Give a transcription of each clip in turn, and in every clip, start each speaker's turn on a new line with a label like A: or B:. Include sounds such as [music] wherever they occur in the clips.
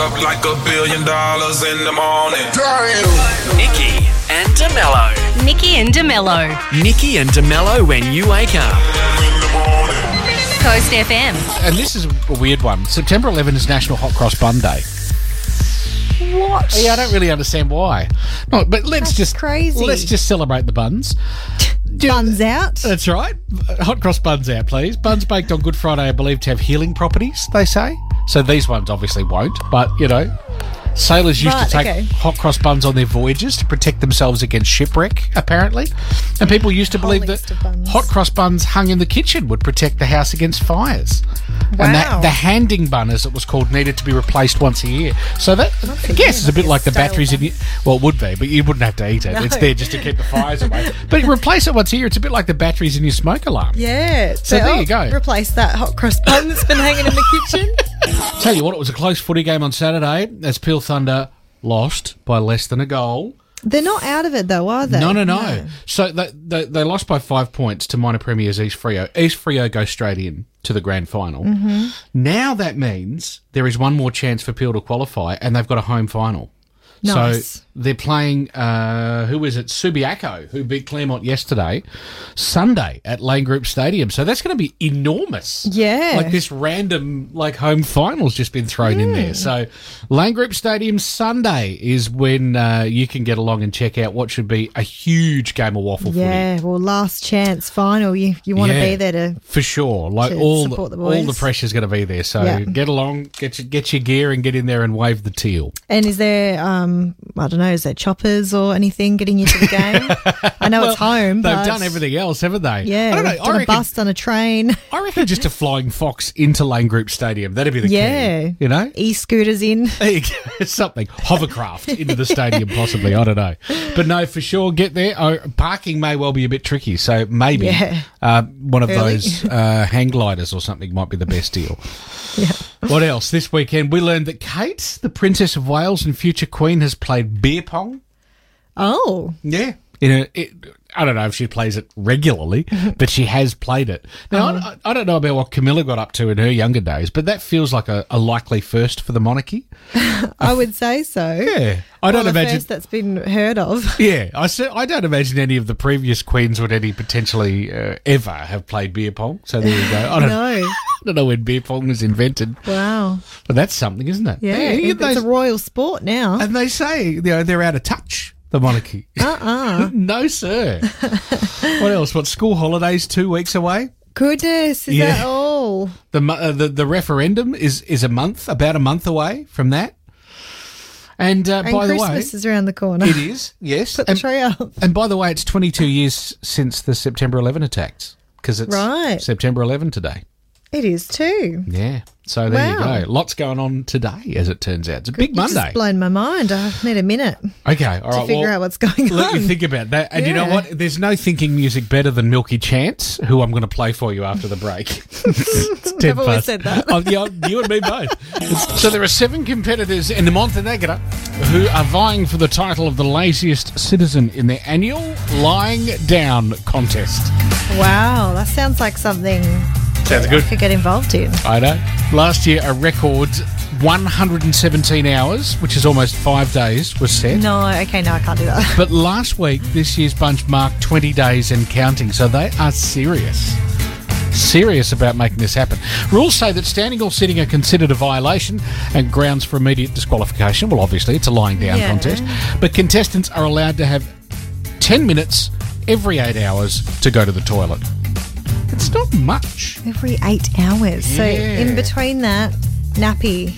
A: up like a billion dollars in the morning.
B: Nikki and DeMello.
C: Nikki and DeMello.
B: Nikki and DeMello when you wake up.
C: Coast FM.
D: And this is a weird one. September 11 is National Hot Cross Bun Day.
C: What?
D: Yeah, I don't really understand why. No, but let's
E: That's
D: just
E: crazy.
D: Let's just celebrate the buns. Do-
E: Buns out.
D: That's right. Uh, Hot cross buns out, please. Buns baked on Good Friday are believed to have healing properties. They say so. These ones obviously won't, but you know, sailors used
E: Right,
D: to take
E: okay.
D: hot cross buns on their voyages to protect themselves against shipwreck, apparently. And people used to believe
E: list
D: that
E: of buns.
D: hot cross buns hung in the kitchen would protect the house against fires. And
E: Wow.
D: that the handing bun, as it was called, needed to be replaced once a year. So that, I guess, it's a bit like the
E: stale
D: batteries in your. Well, it would be, but you wouldn't have to eat it. It's there just to keep the fires [laughs] away. But you replace it once a year. It's a bit like the batteries in your smoke alarm.
E: Yeah. Oh,
D: So there you go.
E: Replace that hot [laughs] cross bun that's been hanging in the kitchen.
D: Tell you what, it was a close footy game on Saturday as Peel Thunder lost by less than a goal.
E: [laughs] They're not out of it though, are they?
D: No, no, no. So they, they, they lost by five points to minor premiers East Frio. East Frio go straight in to the grand final. Now that means there is one more chance for Peel to qualify, and they've got a home final. So
E: Nice.
D: they're playing, uh, who is it? Subiaco, who beat Claremont yesterday, Sunday at Lane Group Stadium. So that's going to be enormous.
E: Yeah.
D: Like this random, like home final's just been thrown in
E: Mm.
D: there. So Lane Group Stadium Sunday is when uh, you can get along and check out what should be a huge game of waffle footy.
E: Yeah, well, last chance final. You you want to
D: Yeah,
E: be there to
D: for sure. Like
E: to
D: all the,
E: support the
D: all the
E: boys.
D: pressure's going to be there. So
E: Yeah.
D: get along, get your, get your gear, and get in there and wave the teal.
E: And is there, um, I don't know, is there choppers or anything getting you to the game? I
D: [laughs]
E: know it's home,
D: They've
E: but
D: done everything else, haven't they?
E: Yeah,
D: I don't
E: we've
D: know. I
E: done a
D: reckon,
E: bus, done a train, [laughs]
D: I reckon just a flying fox into Lane Group Stadium. That'd be the
E: Yeah.
D: key. You know. [laughs]
E: e-scooters in.
D: There you go. Something hovercraft into the stadium, possibly. I don't know, but no, for sure, get there. Oh, parking may well be a bit tricky, so maybe
E: Yeah.
D: uh, one of
E: Early.
D: those uh, hang gliders or something might be the best
E: [laughs]
D: deal. What else this weekend? We learned that Kate, the Princess of Wales and future Queen, has played beer pong.
E: Oh,
D: Yeah. You know, it, I don't know if she plays it
E: [laughs]
D: regularly, but she has played it. Now, I-
E: Uh-huh.
D: I, I don't know about what Camilla got up to in her younger days, but that feels like a, a likely first for the monarchy. [laughs]
E: I would say so.
D: Yeah. I don't
E: Well, the
D: imagine.
E: first that's been heard of.
D: Yeah, I, se- I don't imagine any of the previous queens would any potentially uh, ever have played beer pong. So there you go. I don't,
E: [laughs] No.
D: [laughs] I don't know when beer pong was invented,
E: Wow.
D: but that's something, isn't it?
E: Yeah,
D: Hey, you
E: it-
D: get
E: it's a
D: those-
E: royal sport now.
D: and they say you know, they're out of touch, the monarchy.
E: Uh-uh.
D: [laughs] no, sir. what else? What school holidays? Two weeks away.
E: Goodness, is
D: Yeah. [laughs]
E: that all?
D: The, mo- uh, the the referendum is is a month, about a month away from that. And uh,
E: And
D: by the way,
E: Christmas is around the corner.
D: it is yes.
E: Put the [laughs]
D: And-
E: tree up.
D: And by the way, it's 22 years since the September 11 attacks because it's
E: Right.
D: September 11 today.
E: It is too.
D: Yeah. So there
E: Wow.
D: you go. Lots going on today, as it turns out. It's a big
E: You've just
D: Monday.
E: blown my mind. I need a minute to
D: Okay. All right.
E: figure
D: well,
E: out what's going
D: Let
E: on.
D: you think about that. And you know
E: Yeah.
D: what? There's no thinking music better than Milky Chance, who I'm going to play for you after the break.
E: [laughs]
D: it's 10
E: I've always said that.
D: Oh, yeah, you and me both. It's- so there are seven competitors in Montenegro who are vying for the title of the laziest citizen in their annual Lying Down contest.
E: Wow, that sounds like something
D: Sounds good.
E: I could get involved in.
D: I know. Last year, a record 117 hours, which is almost five days, was set.
E: No, okay, no, I can't do that. [laughs]
D: But last week, this year's bunch marked 20 days and counting, so they are serious. Serious about making this happen. Rules say that standing or sitting are considered a violation and grounds for immediate disqualification. Well, obviously, it's a lying down
E: Yeah.
D: contest. But contestants are allowed to have 10 minutes every eight hours to go to the toilet. It's not much.
E: Every eight hours. So
D: Yeah.
E: in between that,
D: [laughs]
E: nappy.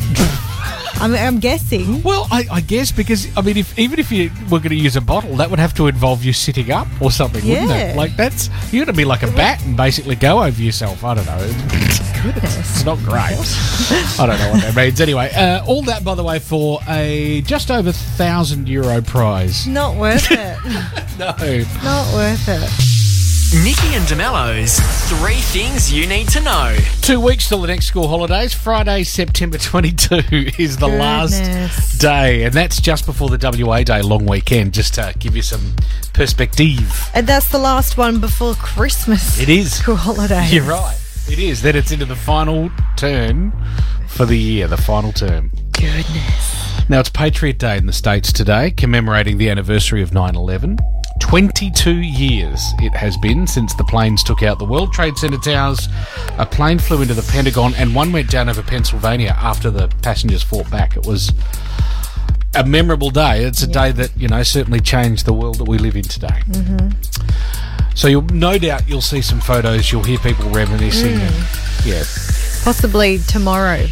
E: I'm, I'm guessing.
D: Well, I, I guess because I mean, if even if you were going to use a bottle, that would have to involve you sitting up or something, wouldn't it?
E: Yeah.
D: Like that's you're going to be like a bat and basically go over yourself. I don't know.
E: Oh, Goodness.
D: It's not great.
E: [laughs]
D: I don't know what that means. Anyway, uh, all that by the way for a just over thousand euro prize.
E: Not worth
D: [laughs]
E: it.
D: No.
E: Not worth it.
B: Nikki and DeMello's three things you need to know.
D: Two weeks till the next school holidays. Friday, September 22 [laughs] is the last
E: Goodness.
D: day, and that's just before the WA Day long weekend. Just to give you some perspective.
E: And that's the last one before Christmas.
D: It is.
E: School holiday.
D: You're right. It is. Then it's into the final turn for the year, the final term.
E: goodness.
D: Now, it's Patriot Day in the States today, commemorating the anniversary of 9 11. 22 years it has been since the planes took out the World Trade Center towers. A plane flew into the Pentagon and one went down over Pennsylvania after the passengers fought back. It was a memorable day. It's a day that, you know, certainly changed the world that we live in today. Mm-hmm. So you'll no doubt you'll see some photos, you'll hear people reminiscing. And, yeah.
E: Possibly tomorrow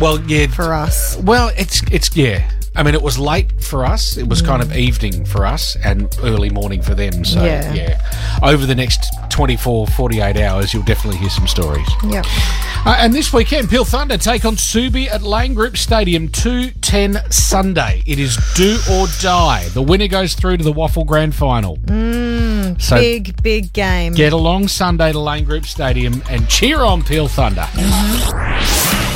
D: Well, yeah.
E: for us.
D: Well, it's it's yeah. I mean, it was late for us. It was kind of evening for us and early morning for them. So yeah.
E: Mm. Yeah.
D: Over the next 24, 48 hours, you'll definitely hear some stories.
E: Yep.
D: Uh, and this weekend, Peel Thunder take on Subi at Lane Group Stadium, 2.10 Sunday. It is do or die. The winner goes through to the Waffle Grand Final. so
E: Mm. Big, big game.
D: get along Sunday to Lane Group Stadium and cheer on Peel Thunder.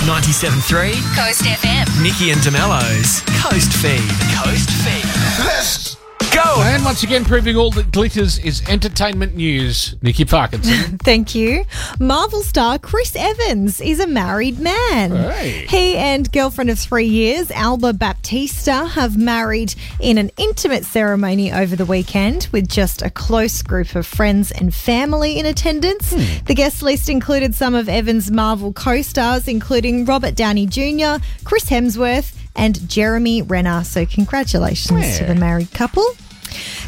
B: 97.3,
C: Coast FM.
B: Nikki and DeMello's Coast Feed. Coast Feed. Let's go.
D: And once again, proving all that glitters is entertainment news. Nikki
E: [laughs]
D: Parkinson.
E: Thank you. Marvel star Chris Evans is a married man.
D: Hey.
E: He and girlfriend of three years, Alba Baptista, have married in an intimate ceremony over the weekend with just a close group of friends and family in attendance. The guest list included some of Evans' Marvel co stars, including Robert Downey Jr., Chris Hemsworth, and Jeremy Renner. So, congratulations to
D: Yeah.
E: the married couple.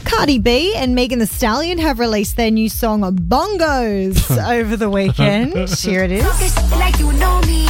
E: Cardi B and Megan the Stallion have released their new song
D: [laughs]
E: Bongos over the weekend. Here it is.
F: this shit like you know me.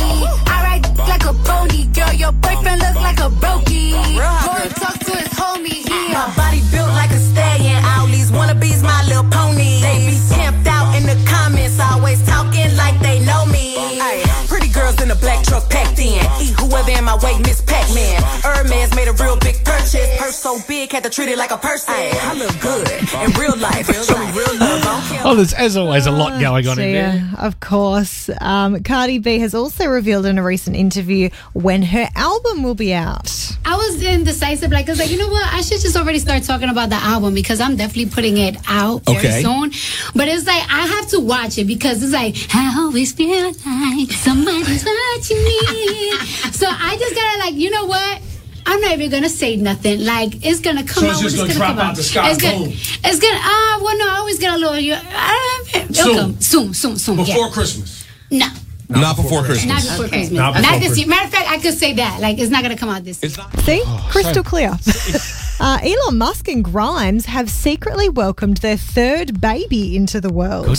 F: I ride like a pony, girl. Your boyfriend look like a brokey. Go and talk to his homie here.
G: My body built like a stallion. All these wannabes, my little pony. They be pimped out in the comments, always talking like they know me. Ay, pretty girls in a black truck packed in. Eat whoever in my way, Miss Pac-Man. Hermes made a real big purchase. Purse so big, had to treat it like a person. Ay, I look good in real life. Show me real love. I don't care
D: Oh, there's as always a lot going on
E: So,
D: in there.
E: yeah, of course. Um, Cardi B has also revealed in a recent interview when her album will be out.
H: I was indecisive. Like, I was like, you know what? I should just already start talking about the album because I'm definitely putting it out very
D: Okay.
H: soon. But it's like, I have to watch it because it's like, I always feel like somebody's watching me. so I just gotta, like, you know what? I'm not even gonna say nothing. Like it's gonna come
I: So
H: out.
I: it's just
H: when
I: gonna
H: it's
I: drop
H: come
I: out the sky,
H: It's gonna.
I: boom.
H: It's gonna. Ah, well, no. I always get a little. You. Uh, it'll
I: Soon.
H: come. soon, soon, soon.
I: Before
H: yeah.
I: Christmas.
H: No,
A: Not, before Christmas.
H: not before Christmas.
I: Not
H: Not,
I: before
H: this
I: Christmas.
H: year. Matter of fact, I could say that. Like it's not gonna come out this. year.
E: See?
D: Oh,
E: Crystal
D: [laughs]
E: clear. [laughs] Uh, Elon Musk and Grimes have secretly welcomed their third baby into the world.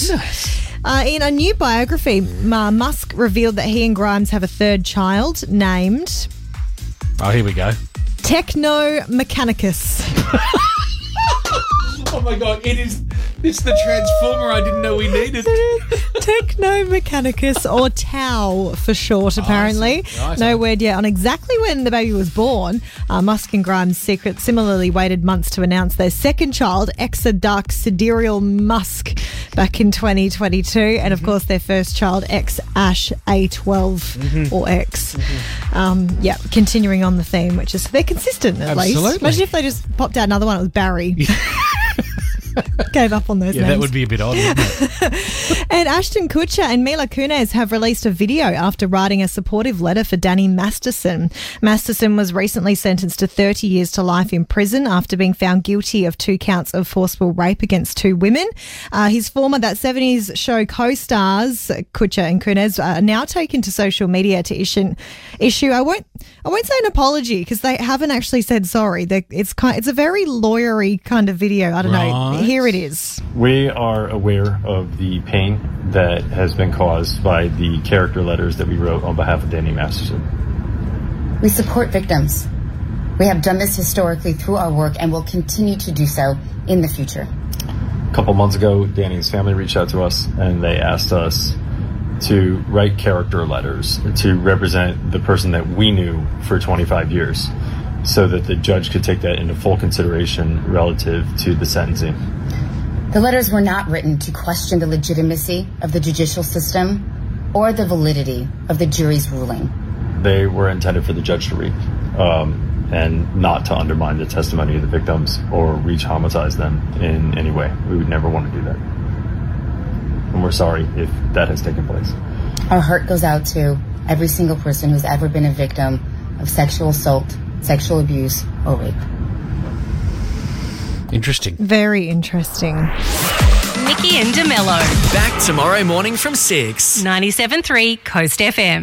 E: Uh, in a new biography, Ma Musk revealed that he and Grimes have a third child named
D: Oh, here we go.
E: Techno Mechanicus.
D: Oh my god, it is. It's the transformer I didn't know we needed.
E: Techno Mechanicus, or Tau for
D: Oh,
E: short, apparently.
D: I see.
E: No word yet on exactly when the baby was born. Uh, Musk and Grimes secret similarly waited months to announce their second child, Exodark Sidereal Musk, back in 2022. And
D: Mm-hmm.
E: of course, their first child, X Ash A12
D: Mm-hmm.
E: or X. Um, yeah, continuing on the theme, which is they're consistent at least.
D: Absolutely.
E: Imagine if they just popped out another one, it
D: [laughs]
E: was Barry. Gave up on those
D: Yeah,
E: names.
D: that would be a bit odd. Wouldn't it?
E: And Ashton Kutcher and Mila Kunis have released a video after writing a supportive letter for Danny Masterson. Masterson was recently sentenced to 30 years to life in prison after being found guilty of two counts of forcible rape against two women. Uh, his former That 70s show co stars, Kutcher and Kunis, are now taken to social media to issue, issue I won't. I won't say an apology because they haven't actually said sorry. They're, it's kind, it's a very lawyery kind of video. I don't know.
D: Right.
E: Here it is.
J: We are aware of the pain that has been caused by the character letters that we wrote on behalf of Danny Masterson.
K: We support victims. We have done this historically through our work and will continue to do so in the future.
J: A couple months ago, Danny's family reached out to us and they asked us to write character letters to represent the person that we knew for 25 years so that the judge could take that into full consideration relative to the sentencing.
K: The letters were not written to question the legitimacy of the judicial system or the validity of the jury's ruling.
J: They were intended for the judge to read um, and not to undermine the testimony of the victims or re traumatize them in any way. We would never want to do that. And we're sorry if that has taken place.
K: Our heart goes out to every single person who's ever been a victim
G: of sexual assault, sexual abuse, or rape.
D: Interesting.
E: Very interesting.
C: Nikki and DeMello.
B: Back tomorrow morning from 6.
C: 97.3 Coast FM.